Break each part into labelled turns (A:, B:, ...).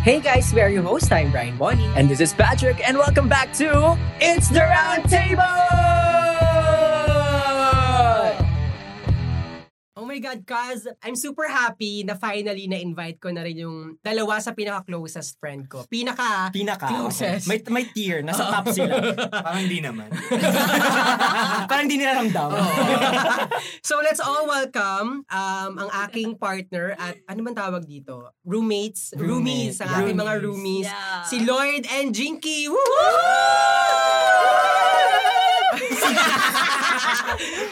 A: Hey guys, we are your host. I'm Brian Bonnie. And this is Patrick. And welcome back to It's the Round Table!
B: Oh my God, Kaz, I'm super happy na finally na-invite ko na rin yung dalawa sa pinaka-closest friend ko. Pinaka...
C: Pinaka.
B: Closest.
C: May, may tier. Nasa
A: Oh.
C: top sila.
D: Parang hindi naman.
C: Parang hindi nila ramdam.
A: Oh.
B: so let's all welcome um, ang aking partner at ano man tawag dito? Roommates?
C: Roommate.
B: Roomies. Ang aking mga
C: Roomies.
B: roomies.
E: Yeah.
B: Si Lloyd and Jinky. Woo!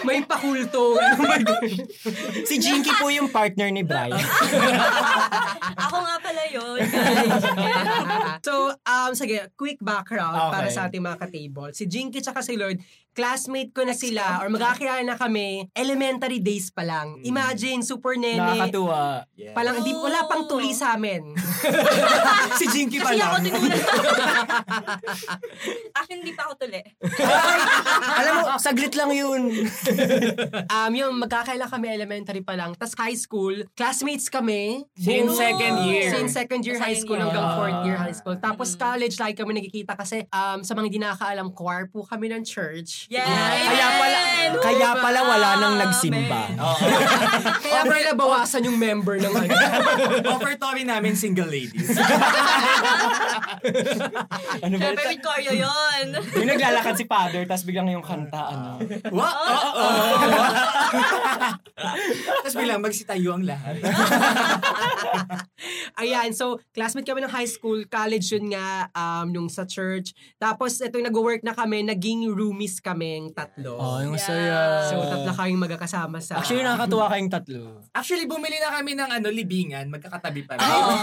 B: May Oh pakulto.
C: si Jinky po yung partner ni Brian.
E: Ako nga pala yun, guys.
B: so, um, sige, quick background
C: Okay.
B: para sa ating mga ka-table. Si Jinky tsaka si Lord, classmate ko na sila or magkakilala na kami elementary days pa lang. Imagine, super nene.
C: Hmm. Nakakatuwa.
D: Yeah.
B: Palang hindi, wala pang tuli sa amin.
C: si Jinky pa
E: Kasi ako
C: lang.
E: tinulang. Actually, hindi pa ako tuli.
C: Alam mo, saglit lang yun.
B: um, yung magkakilala kami elementary pa lang. Tapos high school, classmates kami.
C: Since
B: Boom!
C: second year.
B: Since second year
E: Second
B: high school
E: year.
B: hanggang
C: Ah.
B: fourth year high school. Tapos college, lagi kami nagkikita kasi um, sa mga hindi nakakaalam, choir po kami ng church.
E: Yes!
C: Kaya pala, kaya pala wala nang nagsimba.
D: Oo.
B: Kaya pala nabawasan yung member ng ano.
D: Offertory namin single ladies.
C: Ano ba?
E: Siyempre, with Koryo yun.
C: Yung naglalakad si father, tapos biglang yung kanta, ano.
D: Wow!
E: Oh.
D: Oo! Tapos bilang magsitayo ang lahat.
B: Ayan, so classmate kami ng high school, college yun nga, um, nung sa church. Tapos ito yung nag-work na kami, naging roomies kaming tatlo.
C: Oh, yung
E: Yeah. saya.
B: So tatlo kaming magkakasama sa...
C: Actually, nakakatuwa kayong tatlo.
D: Actually, bumili na kami ng ano, libingan. Magkakatabi pa rin.
E: Ah, Oo.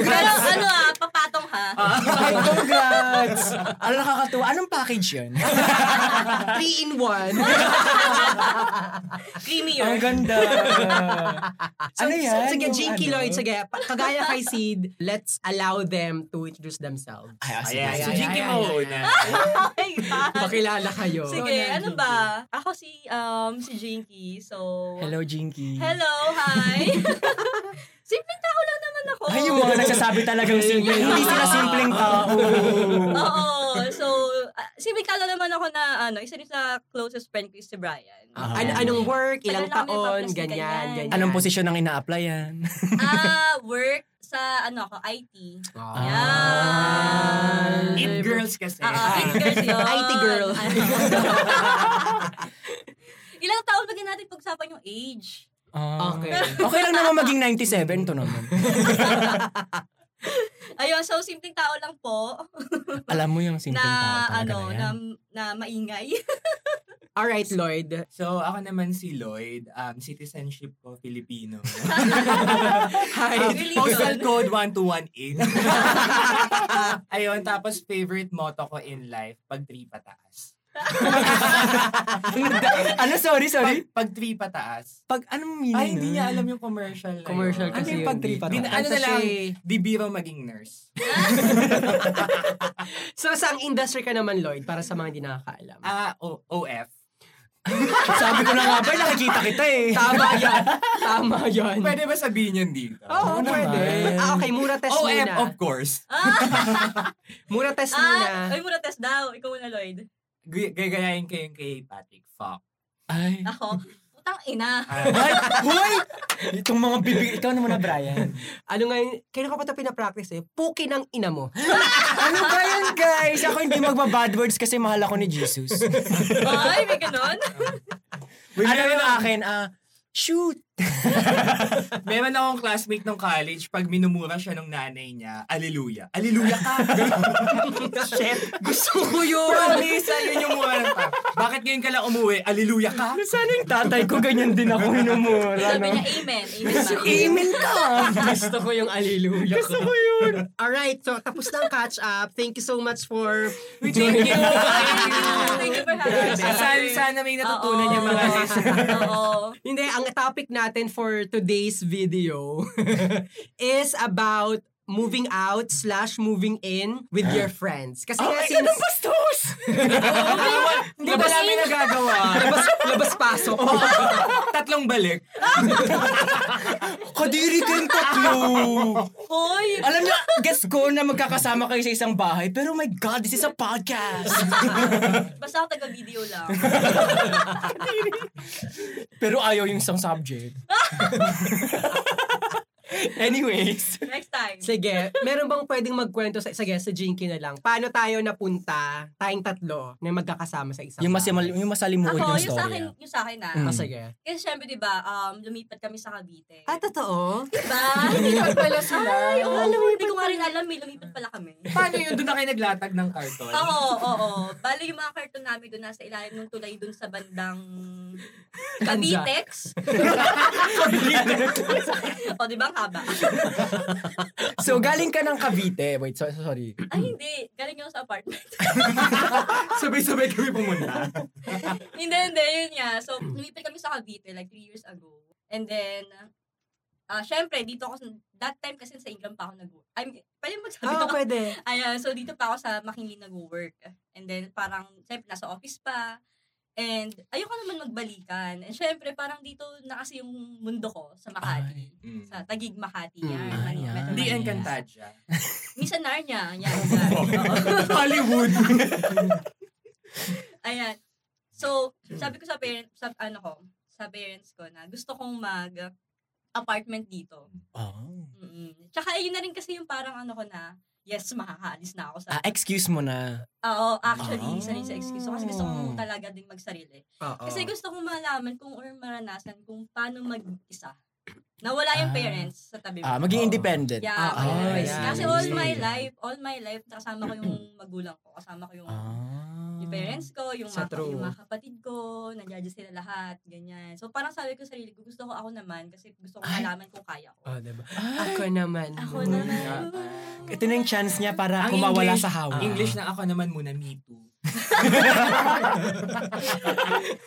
E: Pero ano ah, papatong ha.
C: Ay, congrats! Ano nakakatuwa? Anong package yun?
B: three in one.
E: Creamy
C: Ang
E: yun.
C: ganda.
B: So,
C: ano yan?
B: so, sige,
C: Yung
B: Jinky
C: ano?
B: Lloyd, sige, pa- kagaya kay Sid, let's allow them to introduce themselves.
C: Ay, ah, sige,
D: Ayan,
C: sige.
D: si Jinky
B: ayan,
D: mauuna.
E: Oh my God.
B: Pakilala kayo.
E: Sige, ano ba? Ako si, um, si Jinky, so...
C: Hello, Jinky.
E: Hello, hi. Simpleng tao lang naman ako.
C: Ay, yung mga nagsasabi talagang simple.
E: Yeah.
C: Hindi sila simpleng tao.
E: Oo. So, uh, simple tao lang naman ako na, ano, isa rin sa closest friend ko is si Brian.
C: Ah.
B: An- anong work, ilang
E: Tagal na kami
B: taon,
E: nagpa-plus ng
B: ganyan,
E: ganyan.
B: ganyan.
C: Anong posisyon ang ina-applyan?
E: Ah, work sa, ano ako, IT.
B: Ah.
E: Yan.
D: It girls kasi.
E: Ah, ah, IT girls yun.
B: IT girl.
E: Ano. Ilang taon ba natin pag-usapan yung age?
C: Ah.
B: Okay.
C: Okay lang naman maging 97 to naman.
E: Ayun, so simpleng tao lang po
C: Alam mo yung simpleng tao
E: na
C: talaga
E: ano,
C: na
E: na,
C: yan.
E: na maingay.
B: Alright, Lloyd.
D: So, ako naman si Lloyd. Um, citizenship ko, Filipino.
B: Hi.
D: Um,
E: Religion.
D: postal code 1218. Ayun, tapos favorite motto ko in life, pag three pataas.
C: ano, sorry, sorry?
D: Pag, pag three pataas.
C: Pag, anong meaning?
D: Ay, hindi
C: nun?
D: niya alam yung commercial. na
B: Commercial
D: yun.
B: kasi
D: Ano yung
B: yun,
D: pag three
C: di-
D: pataas?
B: Ano
D: Ano na lang, di biro maging nurse.
B: So, saang industry ka naman, Lloyd, para sa mga hindi nakakaalam?
D: Ah, o- OF.
C: Sabi ko na nga ba, nakikita kita eh.
B: Tama yan. Tama yan.
D: Pwede ba sabihin yun dito?
C: Oo
B: Oo, pwede.
C: naman.
B: Ah, okay, mura test
D: OF,
B: muna.
D: of course.
B: Mura test
E: Ah,
B: muna.
E: ay muna test daw. Ikaw muna, Lloyd.
D: G- gagayahin ko yung kay Patrick. Fuck.
C: Ay.
E: Ako, putang ina.
D: Ah,
C: Ay, huy! Itong mga bibig, ikaw naman na Brian.
B: Ano nga yun? Kailan ko pa ito pinapractice eh? Puki ng ina mo.
C: ano ba yun, guys? Ako hindi magba-bad words kasi mahal ako ni Jesus.
E: Ay, may ganun.
C: ano yung akin? Ah, shoot!
D: meron akong classmate nung college, pag minumura siya nung nanay niya, aleluya. Aleluya ka!
C: Shit!
B: Gusto ko yun!
D: Promise, yun yung mura ng pa. Bakit ngayon ka lang umuwi? Aleluya ka!
C: Sana yung tatay ko ganyan din ako minumura,
E: Sabi
C: no?
E: niya, amen. Amen ba?
C: Email ka!
B: Gusto ko yung aliluya ko.
C: Ano yun?
B: Alright, so tapos na ang catch up. Thank you so much for...
D: Thank you!
E: Thank you for having us.
D: sana, sana may natutunan yung mga listeners.
E: Oo.
B: Hindi, ang topic natin for today's video is about moving out slash moving in with your friends. Kasi nga
C: Ah. Ay,
B: since...
C: ganun bastos!
D: Ano
E: Ano?
D: Hindi ba namin nagagawa?
B: labas, labas pasok.
D: Tatlong balik.
C: Kadiri kayong tatlo!
E: Hoy!
C: Alam niyo, guess ko na magkakasama kayo sa isang bahay, pero my God, this is a podcast!
E: Basta ako taga-video lang.
C: pero ayaw yung isang subject. Anyways,
E: Next time.
B: Sige, meron bang pwedeng magkwento sa, sige, sa Jinky na lang? Paano tayo napunta, tayong tatlo, na magkakasama sa isang
C: yung, mas,
B: bahay?
C: yung masalimuot
E: Ako,
C: yung
E: yung sa akin,
C: story.
E: yung sa akin na.
B: Ah, sige.
E: Kasi syempre, di ba, um, lumipat kami sa Cavite.
B: Ah, totoo?
E: diba?
F: Lumipat pala sila.
E: Ay, oo, oh, hindi ko nga rin alam eh. Lumipat pala kami.
D: Paano yun? Doon na kayo naglatag ng karton?
E: Oo, oo, oo. Bali yung mga karton namin doon nasa ilalim ng tulay doon sa bandang Cavitex. o, di ba ang haba?
C: So, galing ka ng Cavite. Wait, so, so- sorry.
E: Ay, hindi. Galing yung sa apartment.
D: Sabay-sabay kami pumunta.
E: hindi, hindi. Yun nga. So, lumipat kami sa Cavite like three years ago. And then, ah syempre, dito ako, sa- that time kasi sa Ingram pa ako nag-work. I mean, pwede magsabi
B: Oo,
E: ako.
B: pwede.
E: Ayan, so dito pa ako sa Makinli nag-work. And then parang, syempre, nasa office pa. And ayoko naman magbalikan. And syempre, parang dito na kasi yung mundo ko sa Makati. Sa Tagig Makati yan.
B: Mm,
C: ayan.
E: Mani- Metro
D: Mm. Hindi
E: Manila.
D: Encantadia.
E: Misa Narnia. Yan. yan. Oo.
D: Hollywood.
E: Ayan. So, sabi ko sa parents, sa ano ko, sa parents ko na gusto kong mag apartment dito.
D: Ah.
C: Oh.
E: mm Tsaka yun na rin kasi yung parang ano ko na, yes, makakaalis na ako sa
C: Ah, excuse mo na.
E: Oo, actually,
C: Ah. Oh.
E: isa rin sa excuse ko. Kasi gusto ko talaga din magsarili.
B: Oo.
E: Kasi gusto ko malaman kung or maranasan kung paano mag-isa. Nawala yung
C: Ah.
E: parents sa tabi mo.
C: Ah, maging
D: Oo.
C: independent.
E: yeah,
B: Ah,
E: okay,
B: ah,
E: guys.
B: yeah,
E: Kasi
B: yeah,
E: all
B: yeah,
E: my
B: yeah.
E: life, all my life, kasama ko yung magulang ko, kasama ko yung,
C: Ah.
E: yung parents ko, yung
B: Sa
E: mga,
B: true.
E: yung mga kapatid ko, nandiyan sila lahat, ganyan. So parang sabi ko sa sarili ko, gusto ko ako naman kasi gusto ko
C: Ay.
E: malaman kung kaya ko.
B: Oh, diba?
C: Ay,
B: Ako naman.
E: Ako naman.
C: ito na yung chance niya para
D: Ang
C: kumawala
D: English-
C: sa hawa.
B: Ah.
D: English na ako naman muna, me too.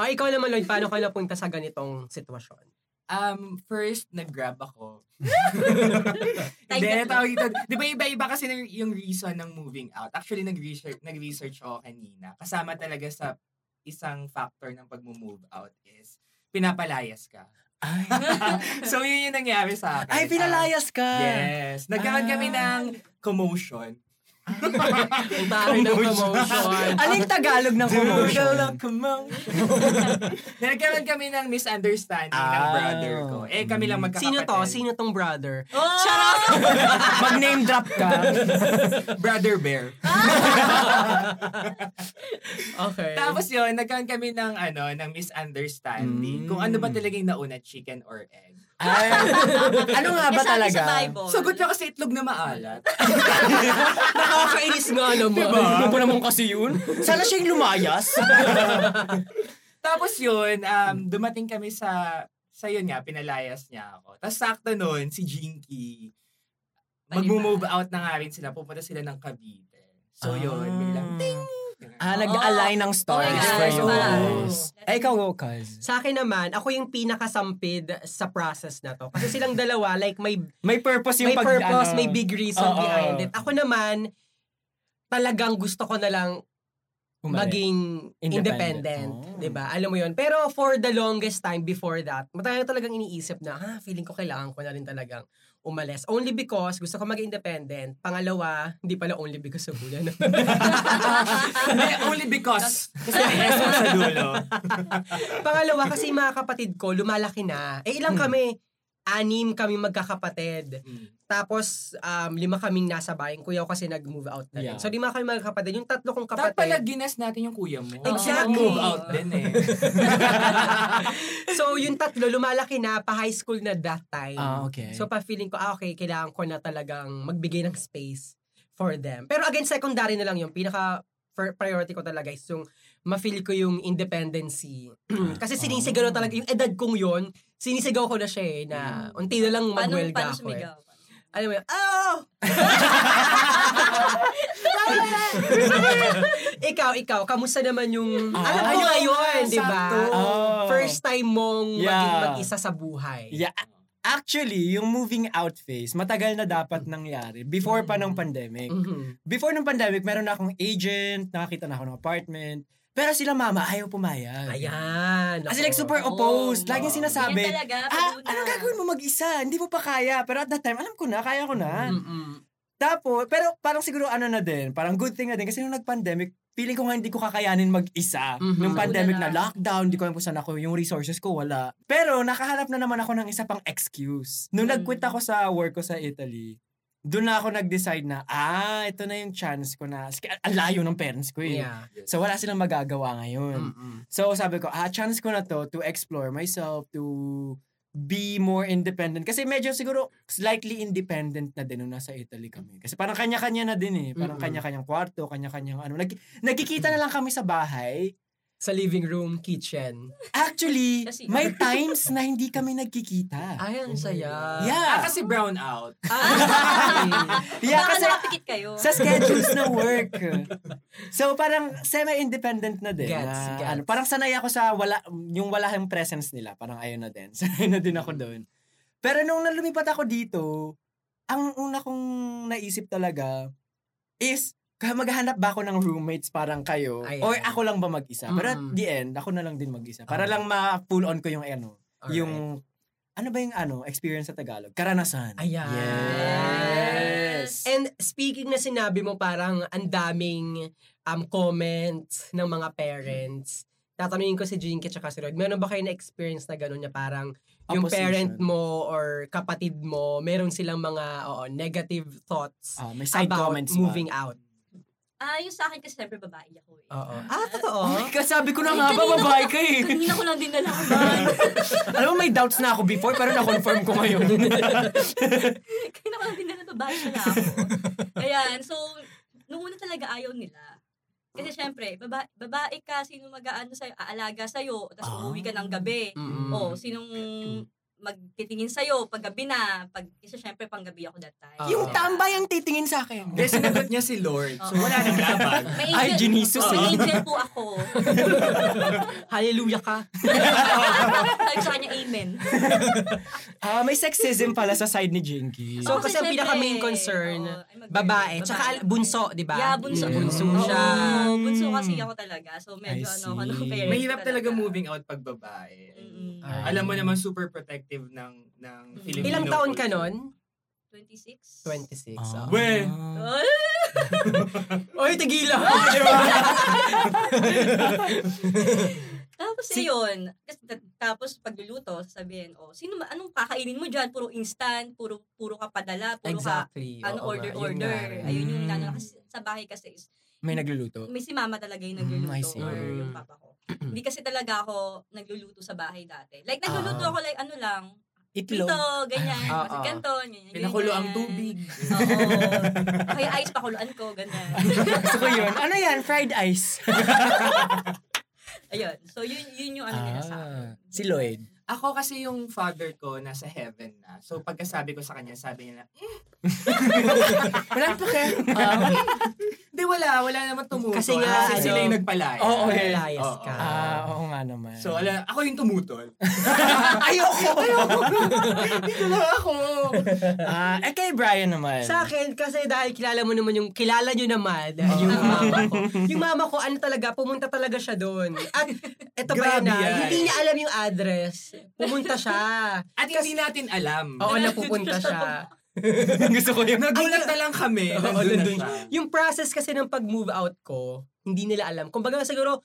B: Ah, ikaw naman, Lloyd, paano ka napunta sa ganitong sitwasyon?
D: Um, first, nag-grab ako.
E: Thank
D: Hindi,
E: you.
D: tawag dito. Di ba iba-iba kasi na yung reason ng moving out? Actually, nag-research, nag-research ako kanina. Kasama talaga sa isang factor ng pag-move out is pinapalayas ka.
C: Ay,
D: so, yun yung nangyari sa akin.
C: ay Ah. pinalayas ka.
D: Ah, yes. Nagkaroon kami ng commotion.
B: Ang taray ng promotion.
C: Ano yung Tagalog ng commotion?
D: Nagkaroon kami ng misunderstanding ng
C: Ah.
D: brother ko. Eh, kami
C: Oh.
D: lang magkakapatid.
B: Sino to? Sino tong brother?
E: Oh!
C: Mag-name drop ka.
D: Brother Bear.
B: Okay.
D: Tapos yun, nagkaroon kami ng ano, ng
C: Mm.
D: misunderstanding. Kung ano ba talagang nauna, chicken or egg.
C: Ay, ano nga
E: Eh,
C: ba
E: sabi
C: talaga?
E: Sa Bible.
D: Sagot niya kasi itlog na maalat.
B: Nakakainis nga naman.
C: Ano ba naman kasi yun? Sana siya yung lumayas.
D: Tapos yun, um, dumating kami sa, sa yun nga, pinalayas niya ako. Tapos sakto nun, si Jinky, mag-move out na nga rin sila, pupunta sila ng Cavite. So yun, biglang, ting!
C: Ah, nag-align ng stories
E: Oh my
C: for
E: gosh,
C: you
E: wala.
C: guys. Eh, ikaw, Cuz.
B: Sa akin naman, ako yung pinakasampid sa process na to. Kasi silang dalawa, like may
C: May purpose yung
B: may
C: pag...
B: purpose,
C: ano.
B: may big reason
C: Oo.
B: behind it. Ako naman, talagang gusto ko na lang
C: Bumalik.
B: maging
C: Independent.
B: independent,
C: Oh.
B: 'di ba? Alam mo 'yun. Pero for the longest time before that, matagal ko talagang iniisip na, ha, feeling ko kailangan ko na rin talagang umalis. Only because gusto ko mag-independent. Pangalawa, hindi pala only because sa bulan.
D: Hindi, only because. Kasi may S mo sa dulo.
B: Pangalawa, kasi yung mga kapatid ko, lumalaki na. Eh, ilang
C: Hmm.
B: kami? Anim kami magkakapatid.
D: Mm.
B: Tapos, um, lima kaming nasa bahay. Yung Kuya ko kasi nag-move out na rin.
C: Yeah.
B: So, lima kami magkakapatid. Yung tatlo kong
D: Tapos pala
B: kapatid.
D: ginas natin yung kuya mo.
B: Exactly.
D: Move out din eh.
B: so, yung tatlo, lumalaki na, pa-high school na that time.
C: Ah, okay.
B: So, pa-feeling ko, ah, okay, kailangan ko na talagang magbigay ng space for them. Pero again, secondary na lang yun. Pinaka fir- priority ko talaga is yung ma-feel ko yung independency. Kasi
C: Ah.
B: sinisigaw na talaga, yung edad kong yun, sinisigaw ko na siya eh, na
C: Hmm.
B: unti na lang
E: Paano,
B: magwelga
E: paano
B: ako eh.
E: sumigaw?
B: Alam mo yun, oh! ikaw, ikaw, kamusta naman yung,
C: Ah,
B: alam mo
D: ayun,
B: ngayon, di ba?
D: sakto.
C: Oh.
B: First time mong maging
C: Yeah.
B: mag-isa sa buhay.
C: Yeah. Actually, yung moving out phase, matagal na dapat nangyari. Before pa ng pandemic.
B: Mhm.
C: Before ng pandemic, meron na akong agent, nakakita na ako ng apartment. Pero sila mama, ayaw pumayag.
B: Ayan.
C: As
B: ako.
C: in, like, super
E: Oo.
C: opposed. Laging sinasabi,
E: Yan talaga,
C: ah, anong gagawin mo mag-isa? Hindi mo pa kaya. Pero at that time, alam ko na, kaya ko na.
B: Mm-mm.
C: Tapos, pero parang siguro ano na din, parang good thing na din. Kasi nung nag-pandemic, feeling ko nga hindi ko kakayanin mag-isa.
B: Mhm.
C: Nung
E: Wala
C: pandemic
E: na.
C: na lockdown, hindi ko alam kung saan ako, yung resources ko wala. Pero nakahanap na naman ako ng isa pang excuse. Nung
E: Mm.
C: nag-quit ako sa work ko sa Italy, doon na ako nag-decide na, ah, ito na yung chance ko na, Sige, ang layo ng parents ko eh.
B: Yeah.
C: So wala silang magagawa ngayon.
B: Mm-mm.
C: So sabi ko, ah, chance ko na to to explore myself, to be more independent. Kasi medyo siguro slightly independent na din nung nasa Italy kami. Kasi parang kanya-kanya na din eh. Parang
B: Mm-mm.
C: kanya-kanyang kwarto, kanya-kanyang ano. Nag- nagkikita na lang kami sa bahay.
B: Sa living room, kitchen.
C: Actually,
E: Kasi-
C: may times na hindi kami nagkikita.
B: Ay, ang saya.
D: Ah,
C: Oh. Yeah.
D: kasi brown out.
B: Ah,
C: Yeah,
E: Baka
C: kasi
E: nakapikit kayo.
C: sa schedules ng work. So parang semi-independent na din.
B: Gets,
C: na,
B: gets.
C: Ano, parang sanay ako sa wala, yung wala yung presence nila. Parang ayun na din. Sanay na din ako
B: Mm.
C: doon. Pero nung nalumipat ako dito, ang una kong naisip talaga is, kaya maghanap ba ako ng roommates parang kayo?
B: Ayan. Mm.
C: Or ako lang ba mag-isa? Pero at
B: Mm-mm.
C: the end, ako na lang din mag-isa. Para
B: Okay.
C: lang ma-pull on ko yung ano,
B: Alright.
C: yung ano ba yung ano, experience sa Tagalog? Karanasan.
B: Ayan. Eh,
C: Yes.
B: And speaking na sinabi mo parang ang daming um, comments ng mga parents. Tatanungin ko si Jinky at si Rod, meron ba kayo na-experience na gano'n na parang yung
C: Opposition.
B: parent mo or kapatid mo, meron silang mga oo, negative thoughts
C: Ah, may side
B: about
C: comments ba?
B: moving out?
E: Ah, yung sa akin kasi syempre babae ako eh.
B: Oo. Ah, totoo?
C: Oh my God, sabi ko na
E: Ay,
C: nga ba,
E: kanina ko-
C: babae ka eh.
E: Kanina ko lang din nalaman.
C: Alam mo, may doubts na ako before, pero na-confirm ko ngayon.
E: Kaya naman din na babae pala ako. Ayan, so, nung una talaga ayaw nila. Kasi syempre, baba, babae ka, sino mag-aano sa'yo, aalaga sa'yo, tapos
C: Ah.
E: umuwi ka ng gabi.
B: Mm-mm. Oh,
E: O, sinong magtitingin sa'yo pag gabi na. Pag, kasi syempre, pang gabi ako that time.
B: Ah.
C: yung tambay ang titingin sa akin.
D: Kaya sinagot niya si Lord. So wala nang laban.
E: Oh. May
C: Ay,
E: angel-
C: genisus eh.
E: May angel po ako.
B: Hallelujah ka.
E: Sabi sa kanya, amen.
C: Ah, may sexism pala sa side ni Jinky.
B: So,
E: Oo,
B: kasi ang
E: syempre,
B: pinaka-main concern,
E: oo, I'm a girl.
B: Babae. Tsaka al- bunso, di ba? Mm.
E: Yeah, bunso.
C: Yeah.
B: Bunso
E: Oo,
B: siya.
E: bunso kasi ako talaga. So, medyo
C: I
E: ano ako nung
C: see.
E: parents.
D: Mahirap talaga moving out pag babae.
E: Mm-mm.
B: Ay.
D: Alam mo naman super protective ng ng Filipino.
B: Mm-hmm. Ilang taon ka
D: culture.
B: nun? oh. 26.
E: 26.
C: Ah.
B: oo.
D: Well,
E: Ah,
B: Oy, tigilan!
E: Tapos si- yun, kas- ta- tapos pagluluto, sasabihin, oh, sino ma- anong kakainin mo diyan? Puro instant, puro puro ka padala, puro
B: Exactly.
E: ka ano
B: oo nga,
E: order
B: yun
E: order.
B: nga rin.
E: Ayun yung
C: Mm.
E: inano kasi sa bahay kasi is,
C: May nagluluto.
E: may si mama talaga
C: Mm, I
E: yung nagluluto
C: see.
E: or yung papa ko. Hindi kasi talaga ako nagluluto sa bahay dati. Like nagluluto
C: Ah.
E: ako like ano lang,
C: Itlog.
E: Pito, ganyan,
B: Ah,
E: kasi
B: ah.
E: ganito, ganyan,
D: pinakulo ang
E: ganyan.
D: tubig.
E: Oo. Kaya ayos pakuluan ko, ganyan.
C: Gusto ko yun. Ano yan? Fried ice.
E: Ayun. So, yun, yun yung ano nila sa akin.
C: ah, si Lloyd.
D: Ako kasi yung father ko nasa heaven na. So pagkasabi ko sa kanya, sabi niya na,
C: Walang pake.
D: hindi wala, wala naman tumutol.
B: Kasi nga,
D: Kasi sila
B: ano,
D: yung nagpalaya.
C: Oo, eh.
B: Layas
D: Oo.
B: ka.
C: Ah, oo nga naman.
D: So alam, ako yung tumutol.
C: ayoko!
D: Dito lang ako.
C: Ah, eh kay Brian naman.
B: Sa akin, kasi dahil kilala mo naman yung, kilala nyo naman,
C: Ah.
B: yung mama ko. Yung mama ko, ano talaga, pumunta talaga siya doon. At eto pa yun
D: Grabe
B: na,
D: yan.
B: hindi niya alam yung address. Pumunta siya.
D: At hindi natin alam.
B: Oo, napupunta siya.
C: Gusto ko yun.
D: Nagulat na lang kami.
B: Oo,
D: nandun na
B: nandun
D: siya.
B: Yung process kasi ng pag-move out ko, hindi nila alam. Kumbaga siguro,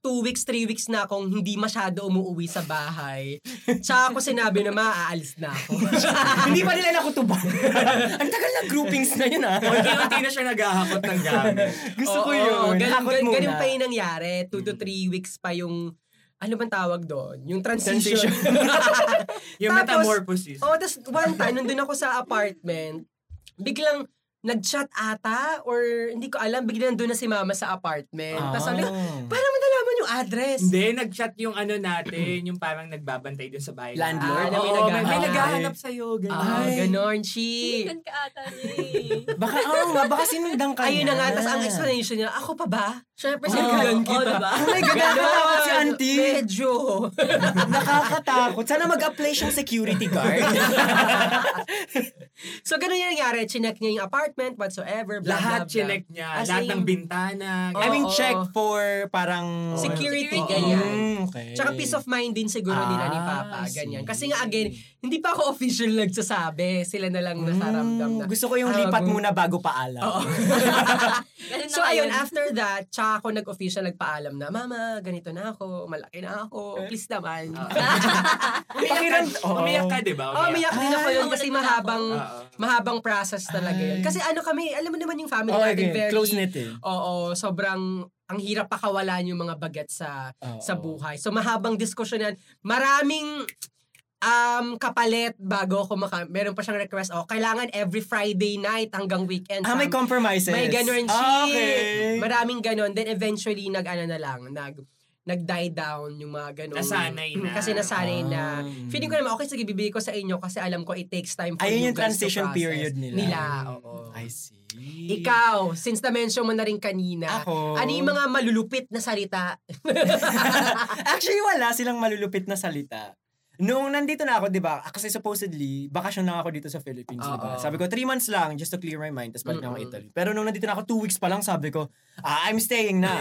B: two weeks, three weeks na akong hindi masyado umuwi sa bahay. Tsaka ako sinabi na maaalis na ako.
C: Hindi pa nila nakutuban. Ang tagal na groupings na yun ah.
D: Unti-unti na siya naghahakot ng gamit.
C: Gusto ko
B: Oo,
C: yun.
B: Ganun,
C: Hakot
B: ganun,
C: muna. Mm.
B: ganun pa yung nangyari. Two to three weeks pa yung, ano bang tawag doon? Yung transition.
D: Yung
B: Tapos-
D: metamorphosis.
B: oh, tas one time, nandun ako sa apartment, biglang nag-chat ata or hindi ko alam, biglang nandun na si mama sa apartment. Tapos sabi ko,
C: Ah.
B: Paano mo nalaman yung address?
D: Hindi, nag-chat yung ano natin, yung parang nagbabantay dun sa bahay.
C: Landlord?
D: Ah,
B: May
D: oo, may, may
B: naghahanap.
D: naghahanap sa'yo.
B: Ah,
D: Ganyan.
C: Ay.
B: ganon, chi.
E: Sinigan ka ata niya eh.
C: Baka, oo nga, baka sinundan ka
B: Ayun
C: niya.
B: na nga, tas ang explanation niya, ako pa ba? Siyempre,
C: Oo.
B: sinigan
E: Oo,
B: kita.
E: diba?
C: Oh my God, nakakatakot si auntie.
B: Medyo.
C: Nakakatakot. Sana mag-apply siyang security guard.
B: So, ganun yung nangyari. Chinek niya yung apartment, whatsoever, blah,
D: Lahat
B: blah, blah.
D: chinek niya.
B: As
D: lahat
B: in-
D: ng bintana.
C: I mean,
B: Oo.
C: check for parang...
B: Security,
E: Oo.
B: ganyan.
C: Mm, okay.
B: Tsaka peace of mind din siguro nila ni
C: Ah,
B: Papa, ganyan.
C: see.
B: Kasi nga again, hindi pa ako official nagsasabi. Sila na lang nasaramdam na.
C: Mm, Gusto ko yung
B: Ah,
C: lipat
B: gu-
C: muna bago paalam.
B: Oo.
E: Ganun na
B: so ayun, ah.
E: ngayon.
B: after that, tsaka ako nag-official, nagpaalam na, Mama, ganito na ako, malaki na ako, please naman.
D: Ah. Umiyak ka,
C: Oo.
D: umiyak ka, di ba?
B: Oh, umiyak din ako yun
E: Ah,
B: kasi
E: wala na
B: mahabang,
D: Oo.
B: mahabang process talaga yun.
C: Ay.
B: Kasi ano kami, alam mo naman yung family
C: Oh,
B: natin, very,
C: Close knit eh.
B: oo, sobrang, ang hirap pakawalan yung mga bagat sa
C: Oo.
B: sa buhay. So mahabang diskusyon yan. Maraming um, kapalit bago ako maka... Meron pa siyang request. Oh, kailangan every Friday night hanggang weekend.
C: Ah, may
B: Sam-
C: compromises.
B: may ganun siya.
C: Ah, Okay.
B: Maraming ganun. Then eventually, nag ano na lang, nag nag-die down yung mga ganun.
D: Nasanay na.
B: Kasi nasanay na.
C: Ah.
B: Feeling ko naman, okay, sige, bibigay ko sa inyo kasi alam ko it takes time for you
C: Ayun yung
B: guys to
C: transition
B: process.
C: period nila.
B: Nila, oo.
C: I see.
B: Ikaw, since na-mention mo na rin kanina,
C: Ako.
B: ano yung mga malulupit na salita?
C: Actually, wala silang malulupit na salita. Noong nandito na ako, di ba? ah, Kasi supposedly, bakasyon lang ako dito sa Philippines, di ba?
B: Oo.
C: Sabi ko, three months lang, just to clear my mind, tapos balik na ako
B: Mm-mm.
C: Italy. Pero nung nandito na ako, two weeks pa lang, sabi ko, ah, I'm staying na.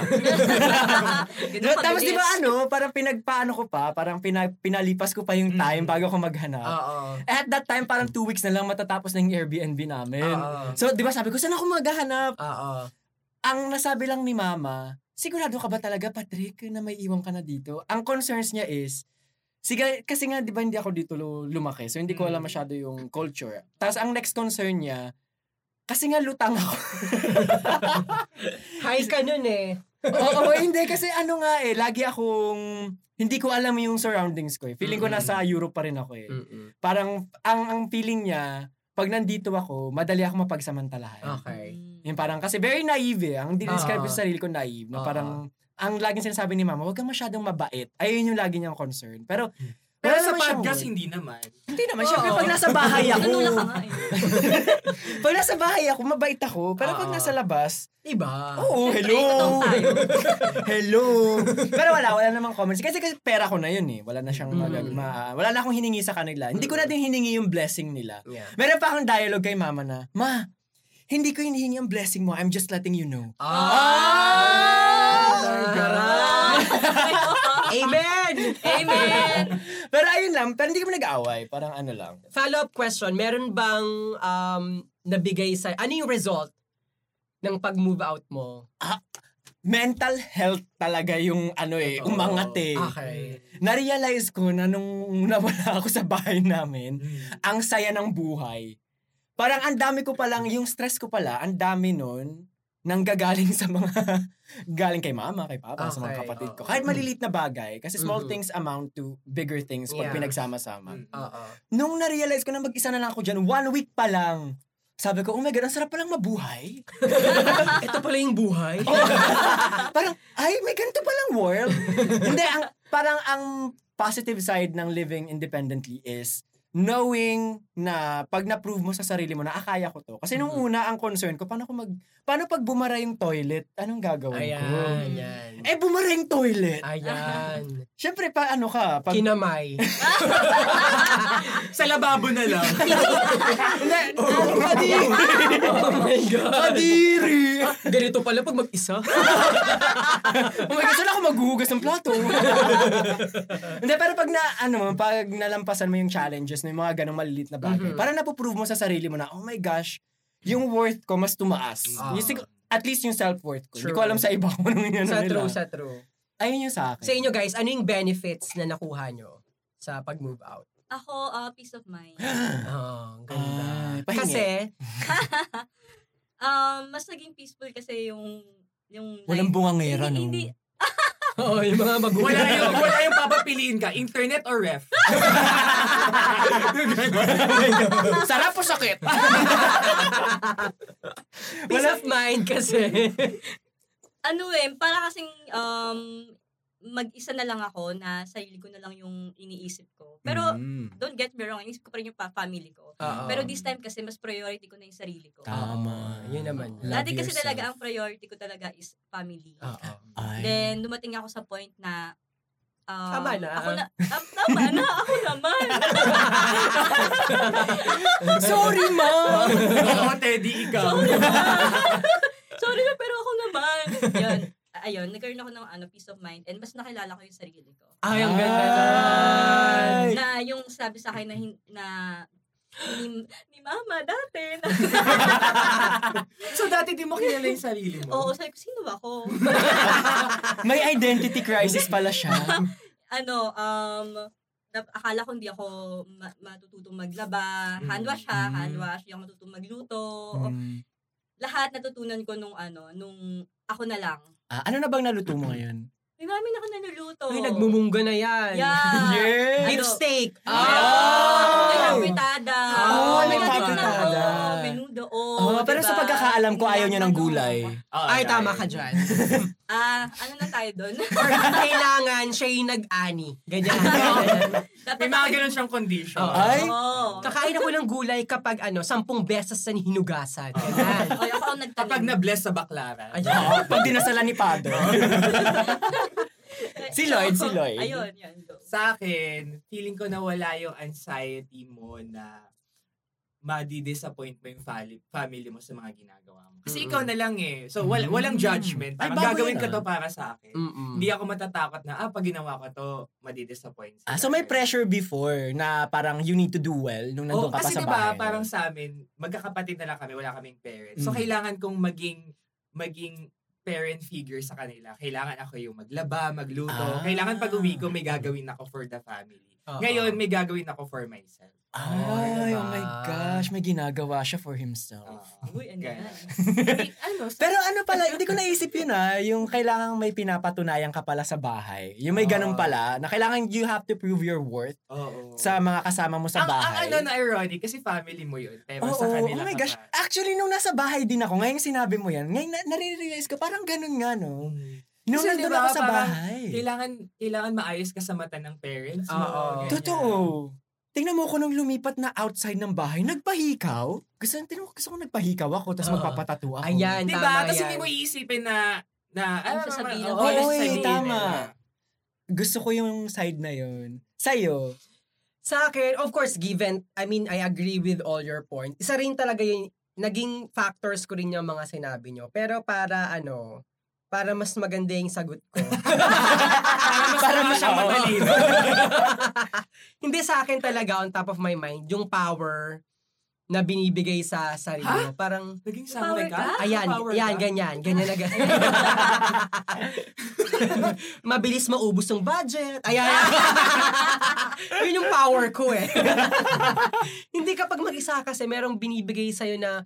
C: No, tapos
B: diba,
C: di ba
B: ah,
C: ano, parang pinagpaano ko pa, parang pina- pinalipas ko pa yung time bago ako maghanap.
B: Oo.
C: At that time, parang two weeks na lang matatapos na yung Airbnb namin.
B: Oo.
C: So, di ba sabi ko, saan ako maghahanap?
B: Oo.
C: Ang nasabi lang ni mama, sigurado ka ba talaga, Patrick, na may iwan ka na dito? Ang concerns niya is, siga, kasi nga, di ba hindi ako dito lu- lumaki, so hindi ko alam masyado yung culture. Tapos ang next concern niya, kasi nga lutang ako.
B: Hi ka nun eh.
C: Oo, hindi. Kasi ano nga eh, lagi akong, hindi ko alam yung surroundings ko eh. Feeling ko
B: Mm.
C: nasa Europe pa rin ako eh. Parang, ang, ang feeling niya, pag nandito ako, madali ako mapagsamantalahan.
B: Ah, Okay.
C: Yung parang, kasi very naive eh. Ang dinidescribe ko
B: Oo.
C: sa sarili ko naive. Na
B: Oo.
C: parang, ang laging sinasabi ni mama, huwag kang masyadong mabait. Ayun yung lagi niyang concern. Pero, wala
D: Pero sa
C: naman siyang
D: podcast,
C: word.
D: hindi naman.
C: hindi naman.
B: Oo.
C: Siyempre, pag nasa bahay ako,
E: Ganun lang ka nga eh.
C: pag nasa bahay ako, mabait ako. Pero pag
B: Oo.
C: nasa labas,
B: Diba?
C: Oo,
E: Siyempre,
C: hello!
E: totoong tayo.
C: hello! Pero wala, wala namang comments. Kasi, kasi pera ko na yun eh. Wala na siyang
B: Mm.
C: magag- ma- wala na akong hiningi sa kanila. Hindi ko na din hiningi yung blessing nila.
B: Yeah.
C: Meron pa akong dialogue kay mama na, Ma, hindi ko hinihingi ang blessing mo. I'm just letting you know. Ah!
B: Ah! Amen!
E: Amen!
C: Pero ayun lang, pero hindi kami nag-away. Parang ano lang.
B: Follow-up question, meron bang um, nabigay sa... Ano yung result ng pag-move out mo?
C: Mental health talaga yung ano eh,
B: Totoo.
C: umangat eh.
B: Okay.
C: Narealize ko na nung nawala ako sa bahay namin,
D: Hmm.
C: ang saya ng buhay. Parang ang dami ko palang, yung stress ko pala, ang dami nun, nang gagaling sa mga, galing kay mama, kay papa, sa mga
B: Okay,
C: kapatid ko.
B: oo.
C: Kahit malilit na bagay, kasi small
B: Mhm.
C: things amount to bigger things pag
B: Yeah.
C: pinagsama-sama.
B: Oo.
C: Nung na-realize ko na mag-isa na lang ako dyan, one week pa lang, sabi ko, oh my God, ang sarap palang mabuhay.
B: Ito pala yung buhay?
C: parang, ay, may ganito palang world. Hindi, ang, parang ang positive side ng living independently is knowing na pag na-prove mo sa sarili mo na akaya ko to. Kasi nung una, ang concern ko, paano ko mag, paano pag bumara yung toilet? Anong gagawin ko?
B: Oh Ayan, yan.
C: Eh, bumara yung toilet.
B: Ayan.
C: Siyempre, pa ano ka? Pag,
B: Kinamay.
D: Sa lababo na lang.
C: Hindi, kadiri!
B: oh my God. Ah,
C: Kadiri!
B: Ganito pala pag mag-isa.
C: Oh my God, saan ako maghuhugas ng plato? Hindi, pero pag na, ano, pag nalampasan mo yung challenges, may mga ganong malilit na bagay,
B: Mhm.
C: para napuprove mo sa sarili mo na, oh my gosh, yung worth ko mas tumaas.
B: Ah.
C: Yung sig- at least yung self-worth ko. Hindi
B: True.
C: ko alam sa iba ko nung yun ano
B: sa
C: nila.
B: true, sa true.
C: Ayun yung sa akin.
B: Sa inyo guys, ano yung benefits na nakuha nyo sa pag-move out?
E: Ako, ah, peace of mind.
B: Ah, ang ganda.
C: Ay, pahingi.
B: Kasi,
E: Um, mas naging peaceful kasi yung yung
C: Walang
E: life.
C: bungangera,
E: Hindi-
C: no?
E: Hindi,
B: oo, yung mga magulang.
D: wala yung, wala yung papapiliin ka. Internet or ref?
C: Sarap o sakit?
B: Peace of mind kasi.
E: ano eh, para kasing um, mag-isa na lang ako na sarili ko na lang yung iniisip ko. Pero
C: Mm. Um,
E: don't get me wrong, iniisip ko pa rin yung pa- family ko.
B: Oo.
E: Pero this time kasi mas priority ko na yung sarili ko.
C: Tama.
B: Yun naman.
C: Love
E: Dati kasi
C: yourself.
E: talaga ang priority ko talaga is family.
B: Oo.
C: Ay.
E: Then dumating ako sa point na um,
B: Tama na.
E: Ako na, tam- tama na. Ako naman.
C: Sorry, ma'am!
D: Oo, Teddy, ikaw.
E: Sorry na. Sorry na, pero ako naman. Yun. A- Ayun, nagkaroon ako ng ano, peace of mind and mas nakilala ko yung sarili ko.
B: Ay, ang ganda naman.
C: Ay.
E: Na yung sabi sa akin na, hin- na ni, ni mama dati. Na,
D: So, dati di mo kilala yung sarili mo.
E: oo, sabi ko, sino ako?
C: May identity crisis pala siya.
E: ano, um, na- akala ko hindi ako ma- matututong maglaba.
D: Mm.
E: Hand wash ha,
C: Mm.
E: hand wash. Hindi ako matutong magluto.
C: Mm.
E: Lahat natutunan ko nung ano, nung ako na lang.
C: Ah, ano na bang naluto mo ngayon?
E: May mami na ako naluluto.
B: Ay, nagmumungga na yan.
E: Yeah.
C: Yes!
E: Ano?
B: Lipstick.
E: Oh! May
C: Oh!
E: kapitada.
B: Oh, may
C: kapitada.
E: Oo, menudo.
C: Oh, pero
E: diba?
C: sa
B: diba?
C: pagkakaalam ko, ayaw niya ng gulay.
D: Oo,
B: Ay,
D: dahil-
B: tama ka dyan.
E: Ah, ano na tayo doon?
B: Or kailangan siya yung nag-ani. Ganyan.
E: Dapat
D: May mga
E: ako-
D: ganun siyang condition.
B: Oo.
C: Ay!
E: Oo.
B: Kakain ako ng gulay kapag ano, sampung beses na hinugasan. Ganyan.
E: Ay, ako ang nagtanim.
D: Kapag na-bless sa baklaran.
B: Ay,
C: Oo, pag dinasalan ni Padre. Si Lloyd, si Lloyd.
E: Ayun, yun. go.
D: sa akin, feeling ko na wala yung anxiety mo na madi-disappoint mo yung fali- family mo sa mga ginagawa mo. Kasi
B: Mm-mm.
D: ikaw na lang eh. So, wal- walang judgment.
C: Ay,
D: Parang
C: bago
D: gagawin
C: yun,
D: ko
C: ah.
D: to para sa akin.
B: Mm-mm.
D: Hindi ako matatakot na, ah, pag ginawa ko to, madi-disappoint. sila.
C: Ah, so may pressure before na parang you need to do well nung nandun
D: Oo,
C: ka pa
D: kasi
C: sa
D: diba,
C: bahay.
D: parang sa amin, magkakapatid na lang kami, wala kaming parents. So,
C: Mm.
D: kailangan kong maging, maging parent figure sa kanila. Kailangan ako yung maglaba,
C: Ah.
D: magluto. Kailangan pag uwi ko, may gagawin ako for the family.
B: Oo.
D: Ngayon, may gagawin ako for myself.
C: Ay, oh
B: diba?
C: my gosh, may ginagawa siya for himself.
E: Uy, ano
D: Ganun.
E: yan? ano, sa-
C: Pero ano pala, hindi ko naisip yun ah, yung kailangan may pinapatunayan ka pala sa bahay. Yung may ganun
D: Oo.
C: pala, na kailangan you have to prove your worth
D: Oo.
C: sa mga kasama mo sa
D: ang, ang
C: bahay.
D: ano na ironic, kasi family mo yun.
C: Oo,
D: Pero sa kanila
C: oh my
D: ka
C: gosh.
D: pa.
C: Actually, nung nasa bahay din ako, ngayon sinabi mo yan, ngayon na- nare-realize ko, parang ganun nga no. Nung
D: Kasi
C: nandun
D: diba,
C: ako sa
D: parang
C: bahay.
D: Kailangan, kailangan maayos ka sa mata ng parents mo.
B: Oo.
D: ganyan.
C: Totoo. Tingnan mo ko nung lumipat na outside ng bahay, nagpahikaw. Gusto, tingnan mo, gusto ko nagpahikaw ako, tapos
B: Oo.
C: magpapatato ako.
B: Ayan,
D: Diba?
B: tama
D: Tapos
B: yan.
D: hindi mo iisipin na, na,
E: Ano
D: ah,
E: sasabihin
D: oo,
E: ako?
C: Oo,
D: ano
C: eh,
D: sasabihin
C: tama.
D: nila?
C: Gusto ko yung side na yun. Sa'yo.
B: Sa akin, of course, given, I mean, I agree with all your point. Isa rin talaga yung, naging factors ko rin yung mga sinabi nyo. Pero para, ano, para mas maganda yung sagot ko.
D: Para mas siyang
C: Oo.
D: matalino.
B: Hindi sa akin talaga, on top of my mind, yung power na binibigay sa sarili mo. Parang,
D: Naging samurai ka?
E: Power
B: Ayan,
D: Power
B: yan,
D: ka?
B: ganyan, ganyan na ganyan. Mabilis maubos yung budget. Ayan. Yun yung power ko eh. Hindi kapag mag-isa kasi merong binibigay sa'yo na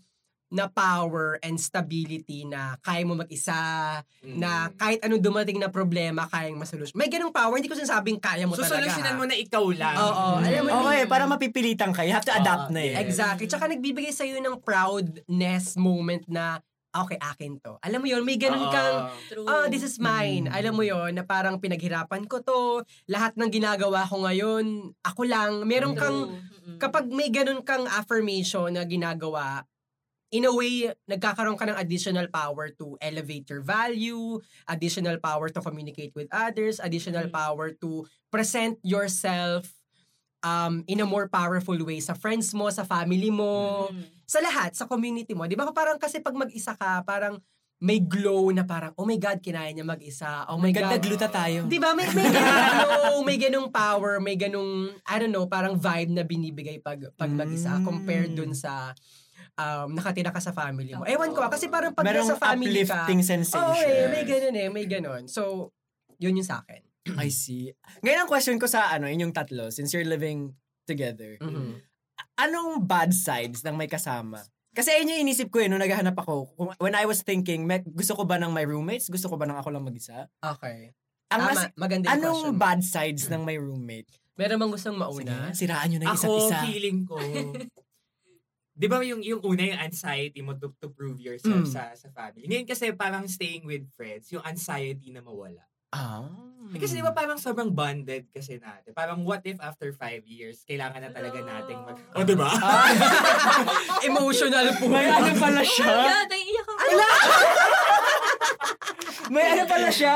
B: na power and stability na kaya mo mag-isa,
D: Mm.
B: na kahit anong dumating na problema, kayang masolusyon. May ganong power, hindi ko sinasabing kaya mo talaga.
D: Susolusyonan mo na ikaw lang.
B: Oo, Oh, alam mo
C: Mm. Okay,
B: yun.
C: para mapipilitan ka, you have to adapt
D: Oo,
C: na eh.
D: yes.
B: Exactly. Tsaka nagbibigay sa'yo ng proudness moment na, "Ah, okay, akin to. Alam mo yun, may ganun
D: Oo.
B: kang,
E: True.
B: Oh, this is mine.
C: Mm.
B: Alam mo yon na parang pinaghirapan ko to. Lahat ng ginagawa ko ngayon, ako lang. Meron
E: True.
B: kang,
E: Mm-mm.
B: kapag may ganun kang affirmation na ginagawa, in a way, nagkakaroon ka ng additional power to elevate your value, additional power to communicate with others, additional
E: Mm.
B: power to present yourself um, in a more powerful way sa friends mo, sa family mo,
E: Mm.
B: sa lahat, sa community mo. Di ba parang kasi pag mag-isa ka, parang may glow na parang, oh my God, kinaya niya mag-isa. Oh my God.
C: Ganda-gluta tayo.
B: Di ba? May, may ganung glow, may ganung power, may ganung, I don't know, parang vibe na binibigay pag, pag
C: Mm.
B: mag-isa compared dun sa um, nakatira ka sa family mo. Ewan ko, ah, kasi parang pag
C: Merong
B: nasa family ka,
C: uplifting
B: oh,
C: sensation.
B: eh, may ganun eh, may ganun. So, yun yung sa akin.
C: I
D: Mm.
C: see. Ngayon ang question ko sa ano, inyong tatlo, since you're living together,
D: Mm-hmm.
B: Mhm.
C: anong bad sides ng may kasama? Kasi ayun yung inisip ko eh, nung naghahanap ako. Kung, when I was thinking, may- gusto ko ba ng my roommates? Gusto ko ba ng ako lang mag-isa?
B: Okay.
C: Ang
B: Tama,
C: mas,
B: maganda yung
C: anong
B: question. mo.
C: bad sides ng my roommate?
B: Meron bang gustong mauna?
C: Sige, siraan nyo na isa't
D: Ako,
C: isa.
D: feeling ko, di ba yung, yung una yung anxiety mo to, to prove yourself
C: Mm.
D: sa sa family. Ngayon kasi parang staying with friends, yung anxiety na mawala.
C: Ah.
D: Eh, Kasi di ba parang sobrang bonded kasi natin. Parang what if after five years, kailangan na talaga
E: No.
D: nating mag...
C: Oh,
D: O, di ba?
B: Emotional po.
C: May ano pala
E: Oh my
C: siya?
E: God, naiiyak ako.
C: May ano pala siya?